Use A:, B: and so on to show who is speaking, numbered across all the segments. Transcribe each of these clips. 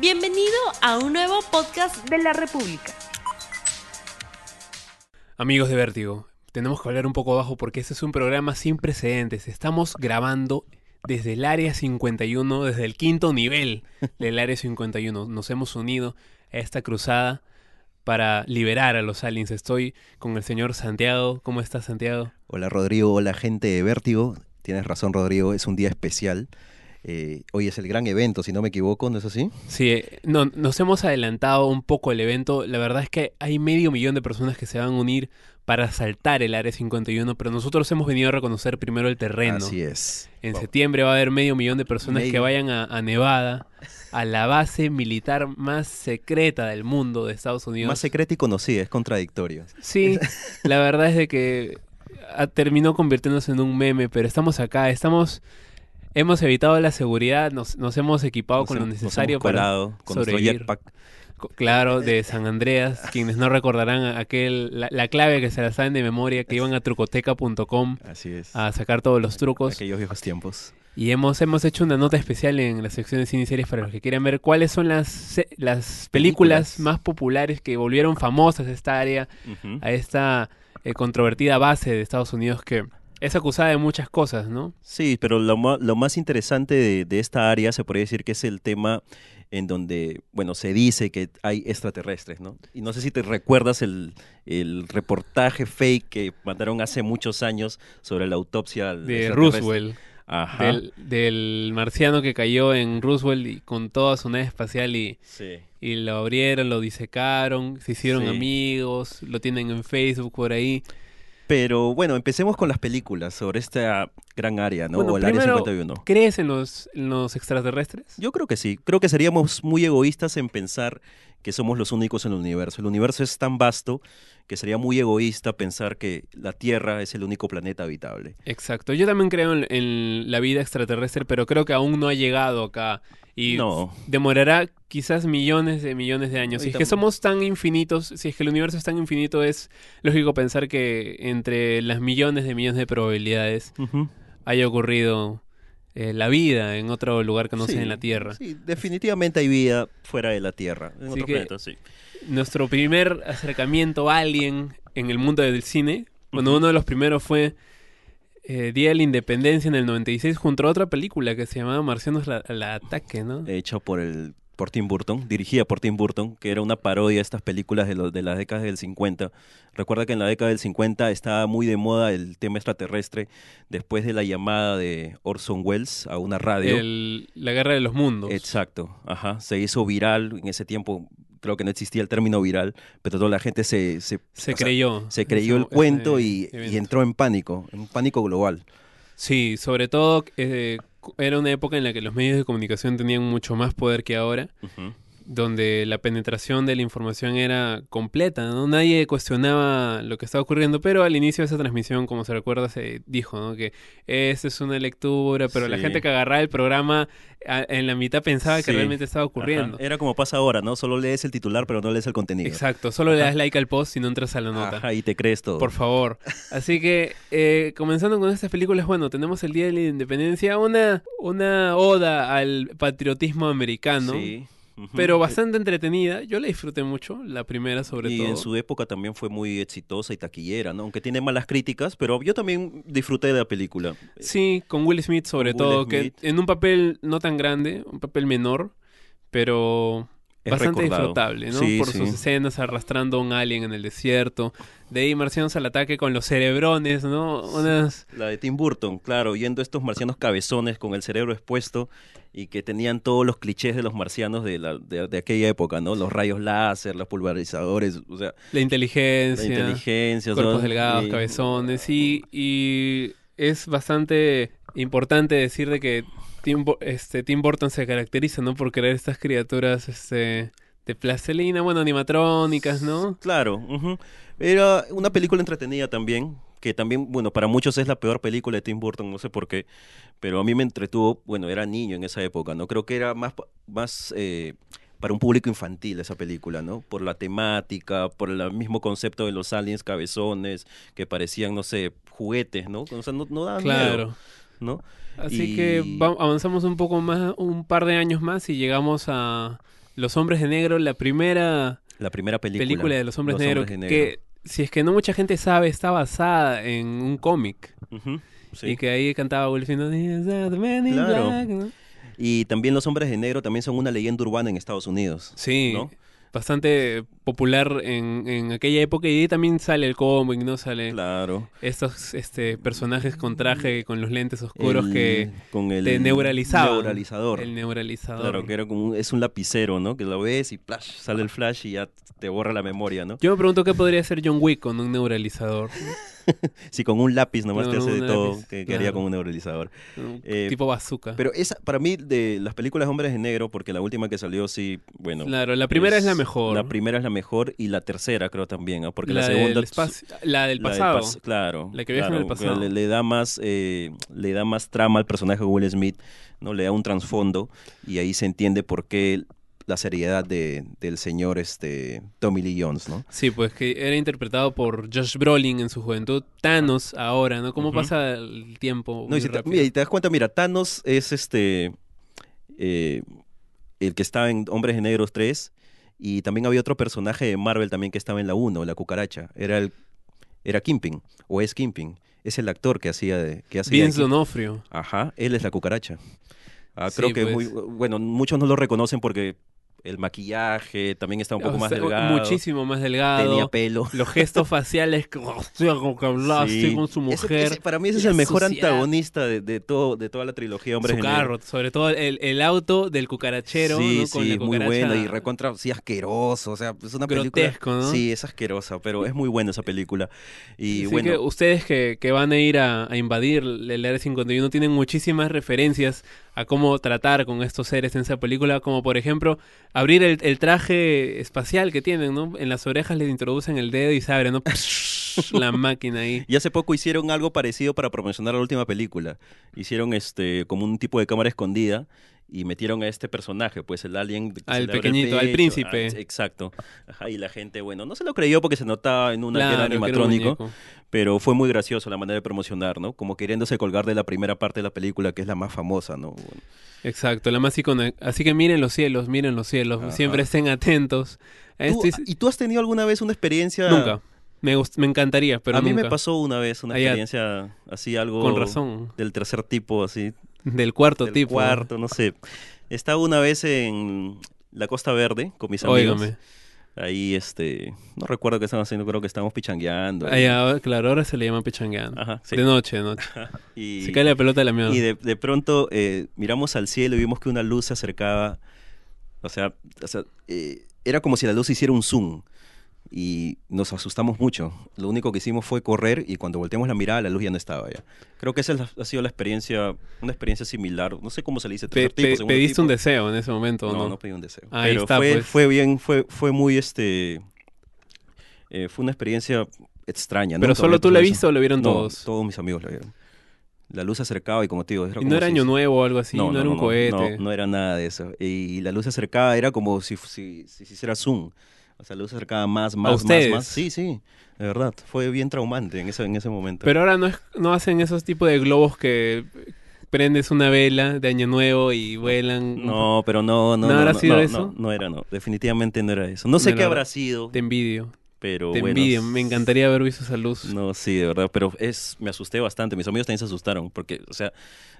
A: Bienvenido a un nuevo podcast de la República.
B: Amigos de Vértigo, tenemos que hablar un poco bajo porque este es un programa sin precedentes. Estamos grabando desde el área 51, desde el quinto nivel del área 51. Nos hemos unido a esta cruzada para liberar a los aliens. Estoy con el señor Santiago. ¿Cómo estás, Santiago?
C: Hola Rodrigo, hola gente de Vértigo. Tienes razón Rodrigo, es un día especial. Eh, hoy es el gran evento, si no me equivoco, ¿no es así?
B: Sí, eh, no, nos hemos adelantado un poco el evento. La verdad es que hay medio millón de personas que se van a unir para saltar el Área 51, pero nosotros hemos venido a reconocer primero el terreno.
C: Así es.
B: En septiembre va a haber medio millón de personas que
C: Medio.
B: vayan a, a Nevada, a la base militar más secreta del mundo de Estados Unidos.
C: Más secreta y conocida, es contradictorio.
B: Sí, la verdad es de que ah, terminó convirtiéndose en un meme, pero estamos acá, estamos, hemos evitado la seguridad, nos, nos hemos equipado
C: Nos
B: con lo
C: hem- nos
B: necesario
C: hemos
B: para,
C: colado con nuestro
B: sobrevivir.
C: jetpack.
B: co- claro, de San Andreas, quienes no recordarán a- aquel, la, la clave que se la saben de memoria, que iban a trucoteca.com
C: Así es.
B: a sacar todos los trucos.
C: Aquellos viejos tiempos.
B: Y hemos, hemos hecho una nota especial en la sección de cine y series para los que quieran ver cuáles son las, se- las películas
C: Películas.
B: más populares que volvieron famosas esta área,
C: Ujú.
B: a esta eh, controvertida base de Estados Unidos que es acusada de muchas cosas, ¿no?
C: Sí, pero lo, ma- lo más interesante de, de esta área se podría decir que es el tema en donde, bueno, se dice que hay extraterrestres, ¿no? Y no sé si te recuerdas el, el reportaje fake que mandaron hace muchos años sobre la autopsia al
B: De
C: extraterrestre.
B: Roosevelt,
C: Ajá.
B: del, del marciano que cayó en Roosevelt y con toda su nave espacial y,
C: Sí.
B: y lo abrieron, lo disecaron, se hicieron
C: Sí.
B: amigos, lo tienen en Facebook por ahí.
C: Pero bueno, empecemos con las películas sobre esta gran área, ¿no?
B: Bueno,
C: o el área
B: primero-
C: 51.
B: ¿Crees en los, en los extraterrestres?
C: Yo creo que sí. Creo que seríamos muy egoístas en pensar que somos los únicos en el universo. El universo es tan vasto que sería muy egoísta pensar que la Tierra es el único planeta habitable.
B: Exacto, yo también creo en, en la vida extraterrestre, pero creo que aún no ha llegado acá y
C: No.
B: demorará quizás millones de millones de años. Si
C: Y
B: es que
C: tam-
B: somos tan infinitos, si es que el universo es tan infinito, es lógico pensar que entre las millones de millones de probabilidades
C: Ujú.
B: haya ocurrido eh, la vida en otro lugar que no
C: Sí,
B: sea en la Tierra.
C: Sí, definitivamente hay vida fuera de la Tierra. En
B: Así
C: otro
B: que-
C: planeta, sí.
B: Nuestro primer acercamiento a alien en el mundo del cine, bueno, uno de los primeros fue eh, Día de la Independencia en el 96 junto a otra película que se llamaba Marcianos la- al Ataque, ¿no?
C: Hecha por el por Tim Burton, dirigida por Tim Burton, que era una parodia de estas películas de, los de las décadas del 50. Recuerda que en la década del 50 estaba muy de moda el tema extraterrestre después de la llamada de Orson Welles a una radio.
B: El- la Guerra de los Mundos.
C: Exacto, ajá. Se hizo viral en ese tiempo. Creo que no existía el término viral, pero toda la gente se, se,
B: Se
C: o sea,
B: creyó.
C: se creyó el
B: ese-
C: cuento
B: ese
C: y, y
B: evento.
C: entró en pánico, en un pánico global.
B: Sí, sobre todo eh, cu- era una época en la que los medios de comunicación tenían mucho más poder que ahora, donde la penetración de la información era completa, ¿no? Nadie cuestionaba lo que estaba ocurriendo, pero al inicio de esa transmisión, como se recuerda, se dijo, ¿no? Que esta es una lectura, pero la
C: Sí.
B: gente que agarraba el programa a- en la mitad pensaba que
C: Sí,
B: realmente estaba ocurriendo.
C: Ajá, Era como pasa ahora, ¿no? Solo lees el titular, pero no lees el contenido.
B: Exacto, solo le das like al post y no entras a la nota.
C: Ajá, y te crees todo.
B: Por favor. Así que, eh, comenzando con estas películas, bueno, tenemos el Día de la Independencia, una, una oda al patriotismo americano,
C: Sí, ujú.
B: pero bastante entretenida. Yo la disfruté mucho, la primera sobre
C: y
B: todo.
C: en su época también fue muy exitosa y taquillera, ¿no? Aunque tiene malas críticas, pero yo también disfruté de la película.
B: Sí, con Will Smith sobre
C: Will
B: todo,
C: Smith.
B: que en un papel no tan grande, un papel menor, pero
C: Es
B: bastante
C: recordado.
B: disfrutable, ¿no?
C: Sí,
B: Por
C: sí.
B: sus escenas arrastrando a un alien en el desierto, de ahí marcianos al ataque con los cerebrones, ¿no? Unas...
C: La de Tim Burton, claro, yendo a estos marcianos cabezones con el cerebro expuesto y que tenían todos los clichés de los marcianos de, la- de- de aquella época, ¿no? Los rayos láser, los pulverizadores, o sea,
B: La
C: la
B: inteligencia.
C: inteligencia. o sea,
B: cuerpos delgados,
C: y-
B: cabezones. Y, y es bastante importante decir de que Tim, Bo- este, Tim Burton se caracteriza, ¿no? Por crear estas criaturas este, de plastilina, bueno, animatrónicas, ¿no?
C: Claro, ujú. era una película entretenida también, que también, bueno, para muchos es la peor película de Tim Burton, no sé por qué, pero a mí me entretuvo, bueno, era niño en esa época, ¿no? Creo que era más, pa- más eh, para un público infantil esa película, ¿no? Por la temática, por el mismo concepto de los aliens cabezones, que parecían, no sé, juguetes, ¿no? O sea, no, no daban miedo,
B: Claro.
C: ¿no?
B: Así
C: Y-
B: que va- avanzamos un poco más, un par de años más y llegamos a, Los Hombres de Negro, la primera
C: La primera película.
B: película, de Los Hombres,
C: Los
B: de Negro,
C: Hombres de
B: que si es que no mucha gente sabe, está basada en un cómic.
C: Ujú, sí.
B: Y que ahí cantaba Will Smith, "Is that the man in
C: Claro.
B: black", ¿no?
C: Y también Los Hombres de Negro también son una leyenda urbana en Estados Unidos.
B: Sí,
C: ¿No?
B: bastante popular en, en aquella época. Y ahí también sale el cómic, ¿no? Sale
C: Claro. Mm.
B: estos este, personajes con traje, con los lentes oscuros
C: El-
B: que
C: con el
B: te neuralizaban.
C: neuralizador.
B: El neuralizador.
C: Claro, que era como un- es un lapicero, ¿no? Que lo ves y flash, sale el flash y ya te borra la memoria, ¿no?
B: Yo me pregunto qué podría hacer John Wick con un neuralizador.
C: Sí, con un lápiz nomás te
B: Con
C: hace de
B: un
C: todo
B: lápiz,
C: que, que haría
B: claro.
C: con un neuralizador.
B: Un
C: Eh,
B: tipo bazooka.
C: Pero esa, para mí, de las películas de Hombres de Negro, porque la última que salió, sí, bueno.
B: claro, la primera es, la mejor.
C: La primera es la mejor y la tercera, creo también, ¿ah? porque la,
B: La
C: segunda.
B: del espacio- la del
C: la del
B: pasado.
C: pas- claro.
B: La que viaja en
C: claro,
B: el pasado.
C: Le, le da más, eh, le da más trama al personaje de Will Smith, ¿no? Le da un trasfondo y ahí se entiende por qué la seriedad de, del señor este, Tommy Lee Jones, ¿no?
B: Sí, pues que era interpretado por Josh Brolin en su juventud, Thanos ahora, ¿no? ¿Cómo
C: Ujú.
B: pasa el tiempo?
C: No,
B: Oh, muy
C: y si te,
B: rápido?
C: mira, y te das cuenta, mira, Thanos es este eh, el que estaba en Hombres de Negros 3 y también había otro personaje de Marvel también que estaba en la 1, la cucaracha. Era el era Kimping o es Kimping, es el actor que hacía de que hacía de
B: Vince
C: Kingpin.
B: Donofrio.
C: Ajá, él es la cucaracha. Ah,
B: Sí,
C: creo que
B: pues.
C: muy bueno, muchos no lo reconocen porque el maquillaje también está un poco
B: O
C: más
B: sea,
C: delgado.
B: Muchísimo más
C: Tenía
B: delgado.
C: pelo.
B: Los gestos faciales, como que hablaste
C: Sí.
B: con su
C: Ese-
B: mujer.
C: ese- para mí ese es
B: la
C: el mejor
B: suciedad.
C: antagonista de, de todo, de toda la trilogía Hombres
B: su
C: de Negro.
B: carro, sobre todo el, el auto del cucarachero,
C: sí,
B: ¿no? Con
C: sí,
B: la
C: muy
B: cucaracha.
C: bueno y recontra, sí, asqueroso, o sea, es una película...
B: Grotesco, ¿no?
C: Sí, es asquerosa, pero es muy buena esa película. Y
B: Así
C: bueno,
B: que ustedes que, que van a ir a, a invadir el Área 51 tienen muchísimas referencias a cómo tratar con estos seres en esa película, como por ejemplo abrir el, el traje espacial que tienen, ¿no? En las orejas les introducen el dedo y se abre, ¿no? la máquina ahí.
C: y hace poco hicieron algo parecido para promocionar la última película. Hicieron este como un tipo de cámara escondida y metieron a este personaje, pues el alien... que se
B: Al
C: le abre el
B: pequeñito, al
C: pecho,
B: príncipe.
C: ah, exacto. Ajá, y la gente, bueno, no se lo creyó porque se notaba en una que era
B: Claro, que era un
C: animatrónico.
B: muñeco.
C: Pero fue muy gracioso la manera de promocionar, ¿no? Como queriéndose colgar de la primera parte de la película, que es la más famosa, ¿no? Bueno,
B: Exacto, la más icónica. Así que miren los cielos, miren los cielos,
C: Ajá.
B: siempre estén atentos.
C: ¿tú- ah,
B: Esto es-
C: ¿Y tú has tenido alguna vez una experiencia?
B: Este Nunca. Me, gust- me encantaría, pero
C: a mí me
B: nunca.
C: pasó una vez una
B: Allá.
C: experiencia así algo
B: Con razón.
C: del tercer tipo, así,
B: Del cuarto
C: del
B: tipo.
C: cuarto, no sé. Estaba una vez en la Costa Verde con mis amigos.
B: Óigame.
C: Ahí, este, no recuerdo qué estaban haciendo, creo que estábamos pichangueando.
B: Ah, ya, ahora- claro, ahora se le llama pichangueando.
C: Ajá, sí.
B: De noche, de noche.
C: y,
B: Se cae la pelota de la
C: y
B: mierda.
C: de, de pronto eh, miramos al cielo y vimos que una luz se acercaba. O sea, o sea, eh, era como si la luz hiciera un zoom. Y nos asustamos mucho. Lo único que hicimos fue correr y cuando volteamos la mirada la luz ya no estaba ya. Creo que esa es la- ha sido la experiencia, una experiencia similar. No sé cómo se le dice.
B: Pe-
C: tercer tipo,
B: pe-
C: segundo
B: ¿Pediste un
C: tipo.
B: deseo en ese momento o
C: No,
B: no?
C: no pedí un deseo.
B: Ahí
C: Pero
B: está,
C: fue,
B: pues.
C: fue bien, fue, fue muy este... eh, fue una experiencia extraña. ¿no?
B: ¿Pero
C: Todavía
B: solo tú la
C: pienso-
B: viste o lo vieron
C: No,
B: todos?
C: Todos mis amigos la vieron. La luz se acercaba y como te digo...
B: y
C: Era como
B: no era
C: si-
B: año nuevo o algo así, no, era un cohete.
C: no, no era nada de eso. Y la luz se acercaba, era como si, si, si se hiciera zoom. O sea, la luz se acercaba más, más, más,
B: ustedes?
C: más. Sí, sí, de verdad. Fue bien traumante en ese, en ese momento.
B: Pero ahora no, es- no hacen esos tipos de globos que prendes una vela de año nuevo y vuelan.
C: no, pero no, no.
B: ¿No
C: no,
B: habrá
C: no,
B: sido
C: no,
B: eso?
C: No, no era, no. Definitivamente no era eso. No sé
B: No
C: qué
B: era-
C: habrá sido,
B: Te envidio.
C: pero
B: Te
C: bueno.
B: envidio. Me encantaría haber visto esa luz.
C: No, sí, de verdad, pero es, me asusté bastante. Mis amigos también se asustaron porque, o sea,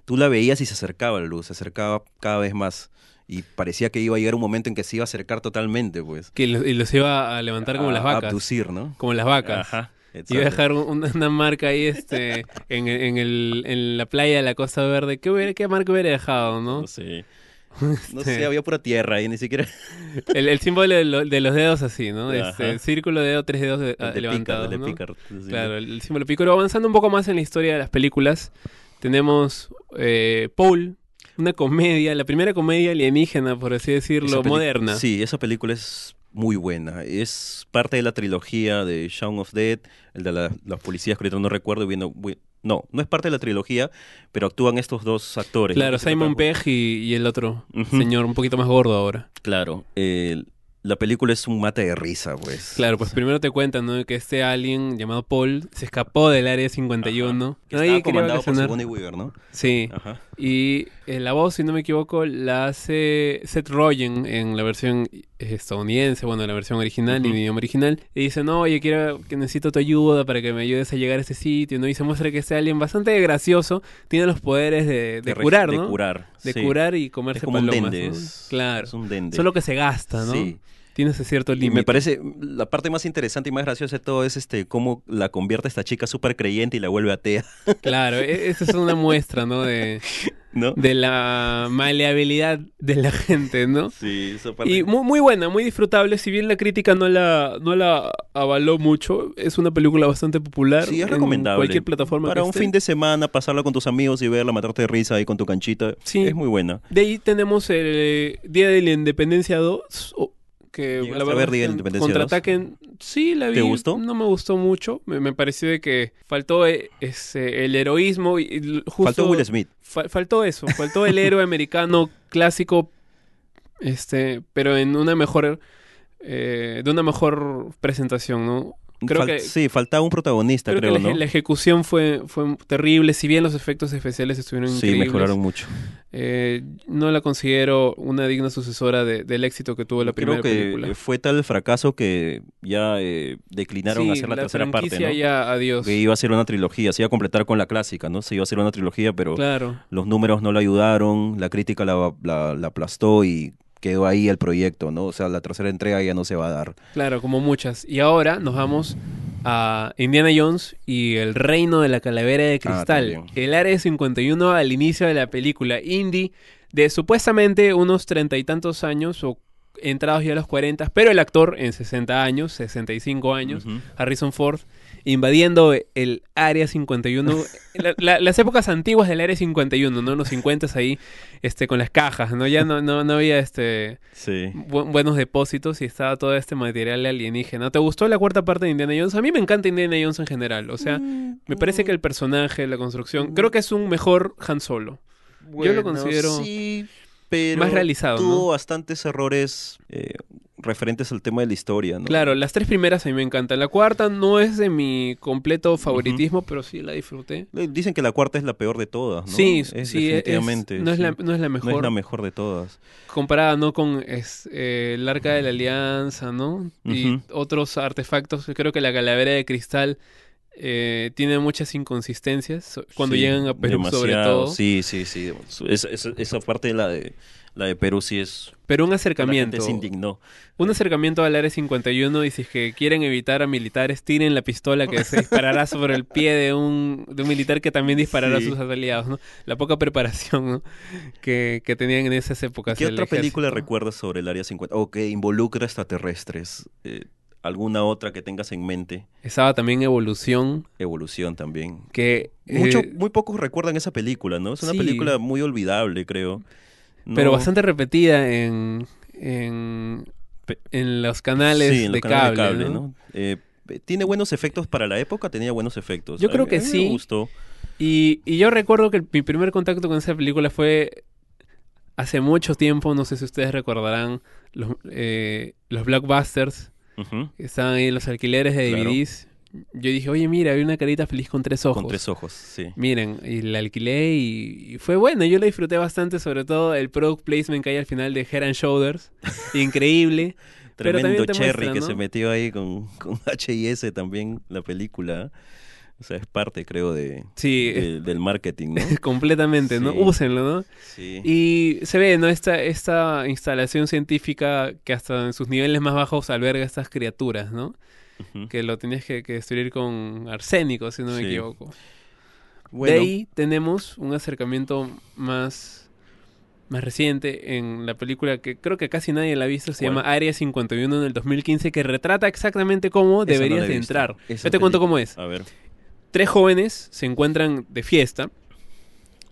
C: tú la veías y se acercaba la luz, se acercaba cada vez más. Y parecía que iba a llegar un momento en que se iba a acercar totalmente, pues.
B: Que lo- y los iba a levantar como
C: A-
B: las
C: a
B: vacas.
C: Abducir, ¿no?
B: Como las vacas.
C: ah, pues Ajá.
B: Y iba a dejar
C: exacto.
B: un- una marca ahí este, en, en, el, en la playa de la Costa Verde. ¿Qué, hubiera- qué marca hubiera dejado, no? Este
C: No sé. No sé, había pura tierra ahí, ni siquiera.
B: El, el símbolo de, lo- de los dedos así, ¿no?
C: Ajá.
B: Este, círculo, dedo, tres dedos de-
C: El de
B: levantados,
C: Pícaro, el de
B: Ah, ¿no?
C: Pícaro. Sí.
B: Claro, el, el símbolo pícaro. Avanzando un poco más en la historia de las películas, tenemos eh, Paul, una comedia, la primera comedia alienígena, por así
C: Esa
B: decirlo,
C: peli-
B: moderna.
C: Sí, esa película es muy buena. Es parte de la trilogía de Shaun of Dead, el de la- las policías, que ahorita no recuerdo bien. no, bu- No, no es parte de la trilogía, pero actúan estos dos actores. ¿no?
B: Claro,
C: Que se
B: Simon
C: me acuerdo.
B: Pegg y, y el otro
C: Ujú.
B: señor, un poquito más gordo ahora.
C: Claro. el- la película es un mate de risa, pues.
B: Claro, pues primero te cuentan ¿no? que este alien llamado Paul se escapó del área 51.
C: Que
B: Nadie quería
C: estaba comandado por
B: vacacionar.
C: Ah. Sigourney Weaver, ¿no?
B: Sí.
C: Ajá.
B: Y eh, la voz, si no me equivoco, la hace Seth Rogen en la versión eh, estadounidense, bueno, en la versión original, en
C: Ujú.
B: el idioma original. Y dice, no, oye, quiero, que necesito tu ayuda para que me ayudes a llegar a ese sitio, ¿no? Y se muestra que este alien bastante gracioso tiene los poderes de, de
C: De re-
B: curar,
C: de
B: ¿no?
C: curar.
B: De
C: sí.
B: curar y
C: Es
B: comerse
C: como un
B: palomas,
C: dende.
B: ¿no?
C: es-
B: Claro.
C: Es un dende.
B: Solo que se gasta, ¿no?
C: Sí.
B: Tiene ese cierto
C: Y me
B: límite.
C: parece mm, la parte más interesante y más graciosa de todo es este cómo la convierte esta chica súper creyente y la vuelve atea,
B: Claro, e- esa es una muestra, ¿no? De,
C: ¿no?
B: de la maleabilidad de la gente, ¿no?
C: Sí, esa parte.
B: Y muy, muy buena, muy disfrutable. Si bien la crítica no la, no la avaló mucho, es una película bastante popular.
C: Sí, es
B: en
C: recomendable.
B: cualquier plataforma.
C: Para
B: que
C: un
B: esté.
C: fin de semana, pasarla con tus amigos y verla, matarte de risa ahí con tu canchita.
B: Sí.
C: Es muy buena.
B: De ahí tenemos el eh, Día de la Independencia 2. o- que
C: ¿Llegaste
B: la
C: a
B: verdad
C: ver
B: es
C: Día de
B: que
C: la Independencia 2?
B: contraataquen- Sí, la vi.
C: ¿Te gustó?
B: No me gustó mucho. Me, me pareció de que faltó eh, ese, el heroísmo. Y, y justo,
C: Faltó Will Smith.
B: Fal- faltó eso, faltó el héroe americano clásico, este, pero en una mejor, eh, de una mejor presentación, ¿no? Creo
C: Fal-
B: que-
C: Sí, faltaba un protagonista,
B: Creo,
C: creo,
B: que la,
C: ¿no?
B: eje- la ejecución fue, fue terrible, si bien los efectos especiales estuvieron
C: Sí,
B: increíbles.
C: mejoraron mucho.
B: eh, no la considero una digna sucesora de- del éxito que tuvo la primera
C: Creo que
B: película.
C: fue tal el fracaso que ya eh, declinaron a
B: Sí,
C: hacer la, tercera parte,
B: franquicia
C: ¿no?
B: ya, adiós.
C: Que iba a ser una trilogía, se iba a completar con la clásica, ¿no? Se iba a hacer una trilogía, pero
B: Claro.
C: los números no la ayudaron, la crítica la, la- la aplastó y quedó ahí el proyecto, ¿no? O sea, la tercera entrega ya no se va a dar.
B: Claro, como muchas. Y ahora nos vamos a Indiana Jones y el reino de la calavera de cristal.
C: Ah, también.
B: el área 51 al inicio de la película Indy, de supuestamente unos treinta y tantos años o entrados ya a los 40, pero el actor en 60 años, 65 años,
C: Ujú.
B: Harrison Ford, invadiendo el área 51, la- la- las épocas antiguas del área 51, ¿no? Los 50 ahí, este, con las cajas, ¿no? Ya no, no, no había este
C: Sí.
B: bu- buenos depósitos y estaba todo este material alienígena. ¿Te gustó la cuarta parte de Indiana Jones? A mí me encanta Indiana Jones en general. O sea, me parece que el personaje, la construcción, creo que es un mejor Han Solo. yo lo considero
C: sí, pero
B: más realizado,
C: Tuvo
B: ¿no?
C: bastantes errores eh, referentes al tema de la historia, ¿no?
B: Claro, las tres primeras a mí me encantan. La cuarta no es de mi completo favoritismo, pero sí la disfruté.
C: Le- Eh, Dicen que la cuarta es la peor de todas, ¿no?
B: Sí,
C: Es
B: sí, es-
C: definitivamente,
B: no, es la,
C: sí.
B: no es la
C: No es
B: mejor.
C: la mejor de todas.
B: comparada, ¿no? Con es, eh, el Arca de la Alianza, ¿no? Y
C: Ujú.
B: otros artefactos. Creo que la calavera de cristal eh, tiene muchas inconsistencias so- cuando
C: Sí,
B: llegan a Perú, sobre
C: demasiado.
B: todo.
C: Sí, sí, sí. Es- es- esa parte de la de, la de Perú sí es...
B: Pero un
C: La gente
B: acercamiento.
C: se indignó.
B: Un acercamiento al Área 51 y si es que quieren evitar a militares, tiren la pistola que se disparará sobre el pie de un, de un militar que también disparará
C: Sí.
B: a sus aliados, ¿no? La poca preparación ¿no? que, que tenían en esas épocas.
C: ¿Qué
B: el
C: otra película
B: ejército.
C: recuerdas sobre el Área 50? O que involucra extraterrestres. Eh, ¿Alguna otra que tengas en mente?
B: Estaba también Evolución,
C: Evolución también.
B: que...
C: Mucho,
B: eh,
C: muy pocos recuerdan esa película, ¿no? Es una
B: sí.
C: película muy olvidable, creo. No-
B: pero bastante repetida en, en,
C: Pe-
B: en los canales,
C: Sí, en los
B: de,
C: canales
B: cable,
C: de
B: ¿no?
C: Eh, pe- tiene buenos efectos para la época, tenía buenos efectos.
B: Yo
C: A
B: creo
C: mí-
B: que
C: a mí me
B: sí.
C: gustó.
B: Y, y yo recuerdo que el- mi primer contacto con esa película fue hace mucho tiempo, no sé si ustedes recordarán, los, eh, los blockbusters,
C: Ujú.
B: que estaban ahí en los alquileres de
C: Claro.
B: DVDs. Yo dije, oye, mira, vi una carita feliz con tres ojos.
C: Con tres ojos, sí.
B: Miren, y la alquilé y, y fue buena. Yo la disfruté bastante, sobre todo el product placement que hay al final de Head and Shoulders. Increíble. Pero también
C: Tremendo
B: te
C: cherry
B: muestra,
C: que
B: ¿no?
C: se metió ahí con, con H&S también la película. O sea, es parte, creo, de,
B: Sí,
C: de- del marketing, ¿no?
B: completamente, ¿no?
C: Sí.
B: Úsenlo, ¿no?
C: Sí.
B: Y se ve, ¿no? Esta, esta instalación científica que hasta en sus niveles más bajos alberga estas criaturas, ¿no?
C: Ujú.
B: Que lo tenías que, que destruir con arsénico, si no me
C: Sí.
B: equivoco.
C: Bueno,
B: De ahí tenemos un acercamiento más, más reciente en la película que creo que casi nadie la ha visto. Se
C: ¿Cuál?
B: llama Área 51 del 2015, que retrata exactamente cómo
C: esa no
B: deberías
C: la he
B: de
C: visto.
B: entrar.
C: Esa
B: Yo te cuento
C: película-
B: cómo es.
C: A ver.
B: Tres jóvenes se encuentran de fiesta.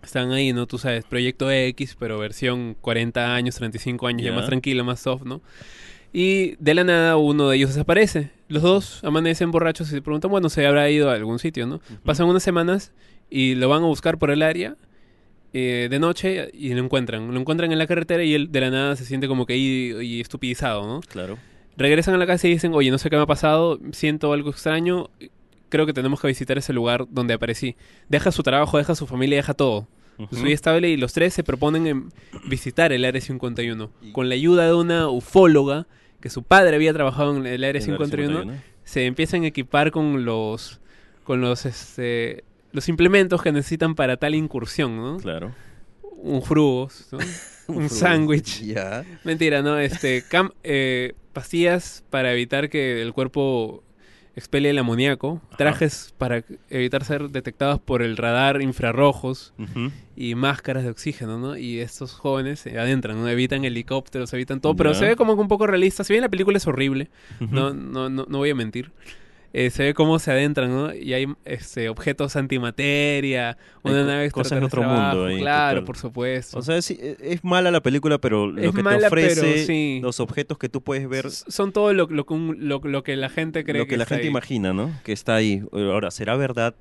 B: Están ahí, ¿no? Tú sabes, Proyecto X, pero versión 40 años, 35 años, ya
C: Ya.
B: más tranquila, más soft, ¿no? Y de la nada uno de ellos desaparece. Los dos amanecen borrachos y se preguntan, bueno, se habrá ido a algún sitio, ¿no? Pasan unas semanas y lo van a buscar por el área eh, de noche y lo encuentran. Lo encuentran en la carretera y él de la nada se siente como que ahí y estupidizado, ¿no?
C: Claro.
B: Regresan a la casa y dicen, oye, no sé qué me ha pasado, siento algo extraño, creo que tenemos que visitar ese lugar donde aparecí. Deja su trabajo, deja su familia, deja todo.
C: Ujú.
B: Su vida estable y los tres se proponen en visitar el Área 51. Con la ayuda de una ufóloga, que su padre había trabajado en el Área
C: En el
B: 51,
C: 51.
B: se empiezan a equipar con los con los este, los implementos que necesitan para tal incursión, ¿no?
C: Claro.
B: Un frugos, ¿no? un
C: fruto.
B: sándwich.
C: Ya.
B: Mentira, ¿no? Este, cam- eh, pastillas para evitar que el cuerpo expele el amoníaco, trajes para evitar ser detectados por el radar infrarrojos
C: Ujú.
B: y máscaras de oxígeno, ¿no? Y estos jóvenes se adentran, ¿no? Evitan helicópteros, evitan todo, pero
C: Ya.
B: se ve como que un poco realista. Si bien la película es horrible, no, no, no, no voy a mentir. Eh, se ve cómo se adentran, ¿no? Y hay este, objetos antimateria, una
C: co-
B: nave
C: cosas de
B: extraterrestre
C: otro mundo
B: abajo,
C: ahí,
B: Claro,
C: total.
B: por supuesto.
C: O sea, sí, e- es mala la película, pero lo
B: Es
C: que te
B: mala, pero
C: ofrece,
B: sí.
C: los objetos que tú puedes ver,
B: S- son todo lo, lo que un- lo- lo que la gente cree
C: lo que, la
B: está
C: gente
B: ahí.
C: imagina, ¿no? Que está ahí. Ahora, ¿será verdad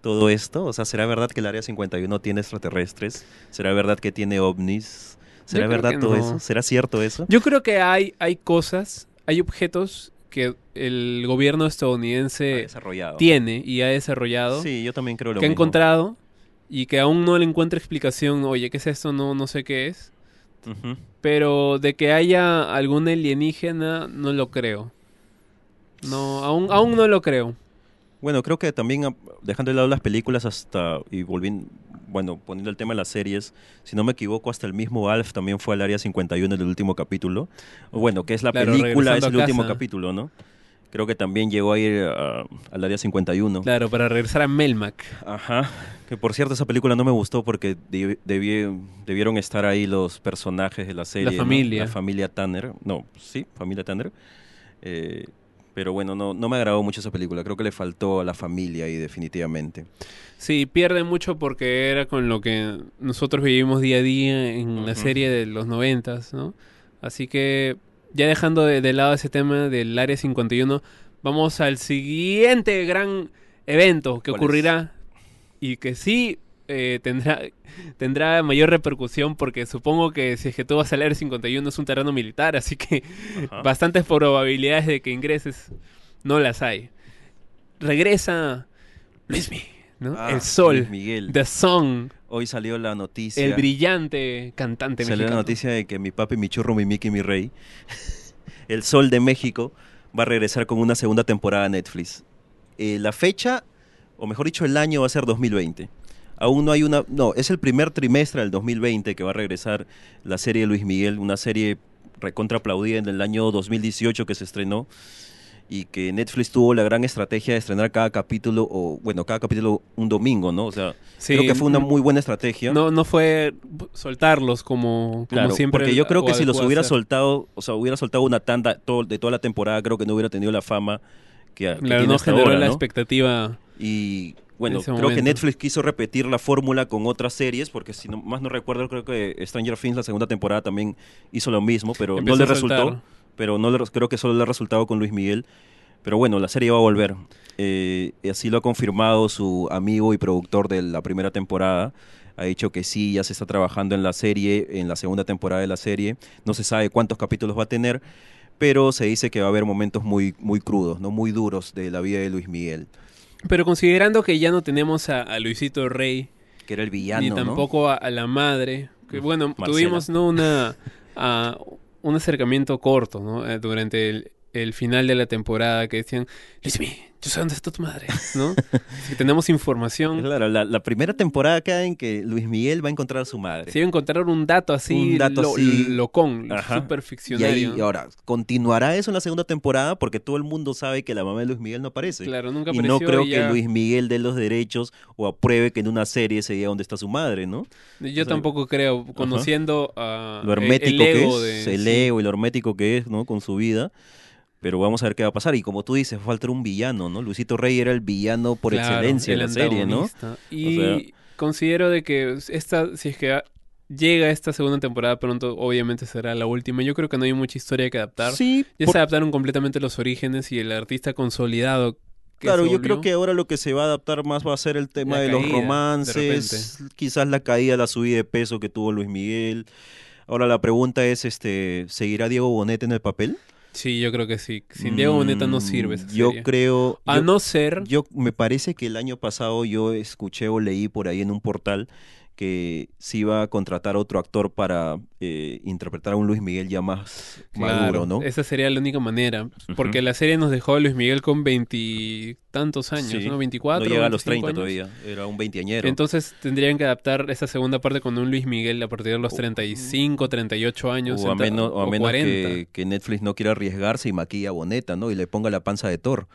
C: todo esto? O sea, ¿será verdad que el Área 51 tiene extraterrestres? ¿Será verdad que tiene ovnis? ¿Será
B: Yo creo
C: verdad
B: que no.
C: todo eso? ¿Será cierto eso?
B: Yo creo que hay, hay cosas, hay objetos que el gobierno
C: Ha
B: estadounidense
C: desarrollado.
B: Eh, tiene y ha desarrollado,
C: Sí, yo también creo lo
B: que ha
C: mismo.
B: encontrado y que aún no le encuentra explicación, oye, ¿qué es esto? No, no sé qué es.
C: Ujú.
B: Pero de que haya algún alienígena, no lo creo. No, aún, aún no lo creo.
C: Bueno, creo que también ah, dejando de lado las películas hasta y volviendo, bueno, poniendo el tema de las series, si no me equivoco, hasta el mismo Alf también fue al área 51 en el último capítulo. O Bueno, que es la
B: Claro,
C: película, es
B: regresando
C: el
B: a
C: último
B: casa.
C: capítulo, ¿no? Creo que también llegó a ir ah, al área 51.
B: Claro, para regresar a Melmac.
C: Ajá. Que por cierto, esa película no me gustó porque debi- debi- debieron estar ahí los personajes de la serie. ¿no?
B: familia.
C: La familia Tanner. No, sí, familia Tanner. Eh, pero bueno, no, no me agradó mucho esa película. Creo que le faltó a la familia ahí, definitivamente.
B: Sí, pierde mucho porque era con lo que nosotros vivimos día a día en la
C: Ujú.
B: serie de los noventas, ¿no? Así que ya dejando de, de lado ese tema del Área 51, vamos al siguiente gran evento que
C: ¿Cuál es?
B: ocurrirá y que sí eh, tendrá, tendrá mayor repercusión porque supongo que si es que tú vas al Área 51 es un terreno militar, así que
C: Ah.
B: bastantes probabilidades de que ingreses no las hay. Regresa Luismi, ¿no?
C: Ah,
B: el sol,
C: Luis Miguel.
B: The Song,
C: Hoy salió la noticia.
B: el brillante cantante
C: Salió la
B: mexicano.
C: noticia de que mi papi, mi churro, mi Mickey, mi rey, el sol de México, va a regresar con una segunda temporada a Netflix. Eh, la fecha, o mejor dicho, el año va a ser 2020. Aún no hay una... No, es el primer trimestre del 2020 que va a regresar la serie de Luis Miguel, una serie recontra aplaudida en el año 2018 que se estrenó y que Netflix tuvo la gran estrategia de estrenar cada capítulo, o bueno, cada capítulo un domingo, ¿no? O sea,
B: Sí, mm.
C: creo que fue una muy buena estrategia.
B: No, no fue soltarlos como, como
C: Claro,
B: siempre.
C: porque yo creo que si los hubiera
B: soltado
C: soltado, o sea, hubiera soltado una tanda todo- de toda la temporada, creo que no hubiera tenido la fama que, que
B: Claro,
C: tiene
B: no
C: hasta
B: generó
C: ahora,
B: la
C: ¿no?
B: expectativa.
C: Y bueno,
B: en ese
C: creo que
B: momento.
C: Netflix quiso repetir la fórmula con otras series, porque si no, más no recuerdo, creo que Stranger Things, la segunda temporada, también hizo lo mismo, pero
B: Empezó
C: no
B: a
C: le resultó.
B: soltar.
C: Pero no le res- creo que solo le ha resultado con Luis Miguel. Pero bueno, la serie va a volver. Eh, y así lo ha confirmado su amigo y productor de la primera temporada. Ha dicho que sí, ya se está trabajando en la serie, en la segunda temporada de la serie. No se sabe cuántos capítulos va a tener, pero se dice que va a haber momentos muy, muy crudos, no muy duros de la vida de Luis Miguel,
B: Pero considerando que ya no tenemos a, a Luisito Rey,
C: que era el villano.
B: ni
C: ¿no? Mm,
B: tampoco a, a la madre. Que, bueno,
C: Marcela.
B: tuvimos ¿no? una, a- un acercamiento corto ¿no? Eh, durante el, el final de la temporada que decían, Luismi, yo sé dónde está tu madre, ¿no? Así que tenemos información.
C: Claro, la, la primera temporada cae en que Luis Miguel va a encontrar a su madre.
B: Se iba a encontrar un dato así,
C: Un dato
B: lo-
C: así.
B: locón,
C: Ajá.
B: súper
C: y ahí,
B: ficcionario.
C: y ahora, ¿continuará eso en la segunda temporada? Porque todo el mundo sabe que la mamá de Luis Miguel no aparece.
B: Claro, nunca
C: y no
B: apareció
C: creo
B: y
C: que
B: ya-
C: Luis Miguel dé los derechos o apruebe que en una serie se diga dónde está su madre, ¿no?
B: Yo
C: o sea,
B: tampoco creo, conociendo a
C: Lo hermético
B: Ah, e-, el ego
C: que es,
B: de-
C: el
B: sí.
C: ego y lo hermético que es, ¿no? Con su vida. Pero vamos a ver qué va a pasar. Y como tú dices, falta un villano, ¿no? Luisito Rey era el villano por
B: Claro,
C: excelencia de
B: el
C: la serie, ¿no?
B: antagonista. Y
C: O sea-
B: considero de que esta, si es que llega esta segunda temporada pronto, obviamente será la última. Yo creo que no hay mucha historia que adaptar.
C: Sí,
B: Ya
C: por-
B: se adaptaron completamente los orígenes y el artista consolidado que
C: Claro,
B: se
C: yo
B: volvió.
C: creo que ahora lo que se va a adaptar más va a ser el tema
B: La
C: de los
B: caída, de
C: romances, quizás la caída, la subida de peso que tuvo Luis Miguel. Ahora la pregunta es, este, ¿seguirá Diego Bonet en el papel?
B: Sí, yo creo que sí. Sin Diego Boneta no
C: Mm,
B: sirve esa
C: Yo
B: serie.
C: creo...
B: A
C: yo-
B: no ser...
C: Yo me parece que el año pasado yo escuché o leí por ahí en un portal que se iba a contratar otro actor para eh, interpretar a un Luis Miguel ya más maduro,
B: Claro,
C: ¿no?
B: esa sería la única manera. Porque la serie nos dejó a Luis Miguel con veintitantos años,
C: Sí.
B: ¿no? Veinticuatro.
C: no llega a los 30
B: 25 años.
C: todavía, era un veinteañero.
B: Entonces tendrían que adaptar esa segunda parte con un Luis Miguel a partir de los
C: O-
B: 35, 38 años.
C: Oh. o a
B: enta-
C: menos, o a
B: o
C: menos
B: 40.
C: que, que Netflix no quiera arriesgarse y maquilla a Boneta, ¿no? Y le ponga la panza de Thor.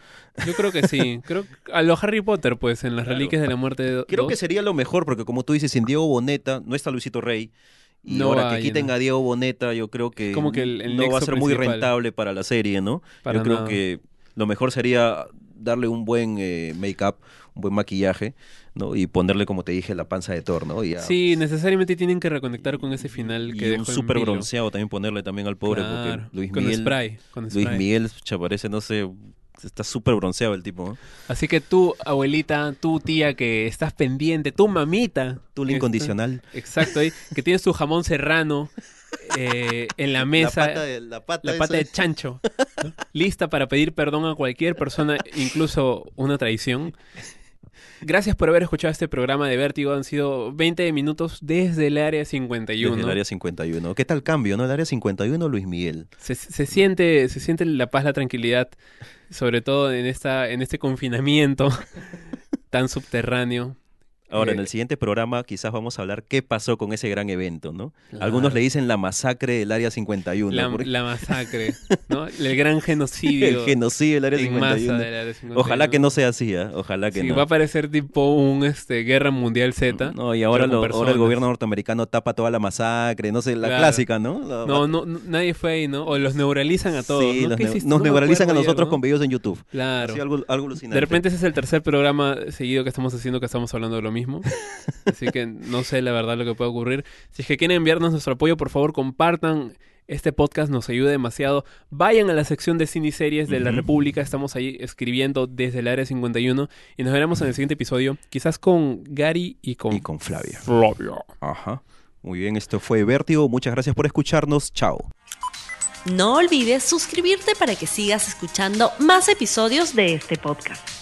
B: Yo creo que sí. Creo que- a los Harry Potter, pues, en las reliquias de la muerte. de
C: Creo que
B: dos.
C: sería lo mejor, porque como tú dices, sin Diego Boneta no está Luisito Rey. Y
B: No
C: ahora
B: hay,
C: que quiten
B: ¿no?
C: a Diego Boneta, yo creo que,
B: Como que el- el
C: no va a
B: nexo
C: ser muy
B: principal.
C: rentable para la serie, ¿no?
B: Para
C: yo creo
B: nada.
C: que lo mejor sería darle un buen eh, make-up, un buen maquillaje, ¿no? Y ponerle, como te dije, la panza de Thor, ¿no? Y ya.
B: Sí, necesariamente tienen que reconectar con ese final que
C: y
B: dejó
C: un
B: en
C: súper
B: vilo.
C: bronceado también ponerle también al pobre,
B: Claro,
C: porque Luis
B: con
C: Miguel...
B: spray, con
C: Luis
B: spray.
C: Miguel, pucha, parece, no sé, está súper bronceado el tipo. ¿no?
B: Así que tú, abuelita, tú, tía, que estás pendiente, tú, mamita.
C: Tú,
B: que
C: la incondicional.
B: está- exacto, ahí, que tienes tu jamón serrano eh, en la mesa.
C: La pata de, la pata
B: La
C: de
B: pata de
C: ese-
B: chancho. ¿no? Lista para pedir perdón a cualquier persona, incluso una traición. Gracias por haber escuchado este programa de Vértigo. Han sido 20 minutos desde el área 51.
C: Desde el área 51. ¿Qué tal cambio, no? El área 51, Luis Miguel.
B: Se, se siente, se siente la paz, la tranquilidad, sobre todo en, esta, en este confinamiento tan subterráneo.
C: Ahora,
B: Eh,
C: en el siguiente programa quizás vamos a hablar qué pasó con ese gran evento, ¿no? Algunos le dicen la masacre del área 51.
B: la,
C: porque-
B: la masacre, ¿no? El gran
C: el
B: genocidio
C: genocidio del área
B: en masa
C: 51.
B: del área 51.
C: Ojalá que no sea así, ¿ah? ojalá que
B: Sí,
C: no.
B: va a parecer tipo un este, Guerra Mundial Z.
C: No, y ahora,
B: pero con
C: lo- ahora el
B: personas.
C: gobierno norteamericano tapa toda la masacre, no sé, la
B: Claro.
C: clásica, ¿no? La-
B: No, no, no, nadie fue ahí, ¿no? O los neuralizan a todos.
C: Sí,
B: ¿no?
C: los
B: ¿Qué
C: neu-
B: hiciste?
C: nos
B: No me
C: neuralizan a
B: acuerdo
C: nosotros
B: ayer, ¿no?
C: con videos en YouTube.
B: Claro.
C: Así algo, algo alucinante.
B: De repente ese es el tercer programa seguido que estamos haciendo que estamos hablando de lo mismo. Así que no sé la verdad lo que puede ocurrir. Si es que quieren enviarnos nuestro apoyo, por favor compartan. Este podcast nos ayuda demasiado. Vayan a la sección de cine y series de la
C: Ujú.
B: República. Estamos ahí escribiendo desde el área 51. Y nos veremos en el siguiente episodio, quizás con Gary y con,
C: Y con Flavia.
B: Flavio.
C: Ajá. Muy bien, esto fue Vértigo. Muchas gracias por escucharnos. Chao.
A: No olvides suscribirte para que sigas escuchando más episodios de este podcast.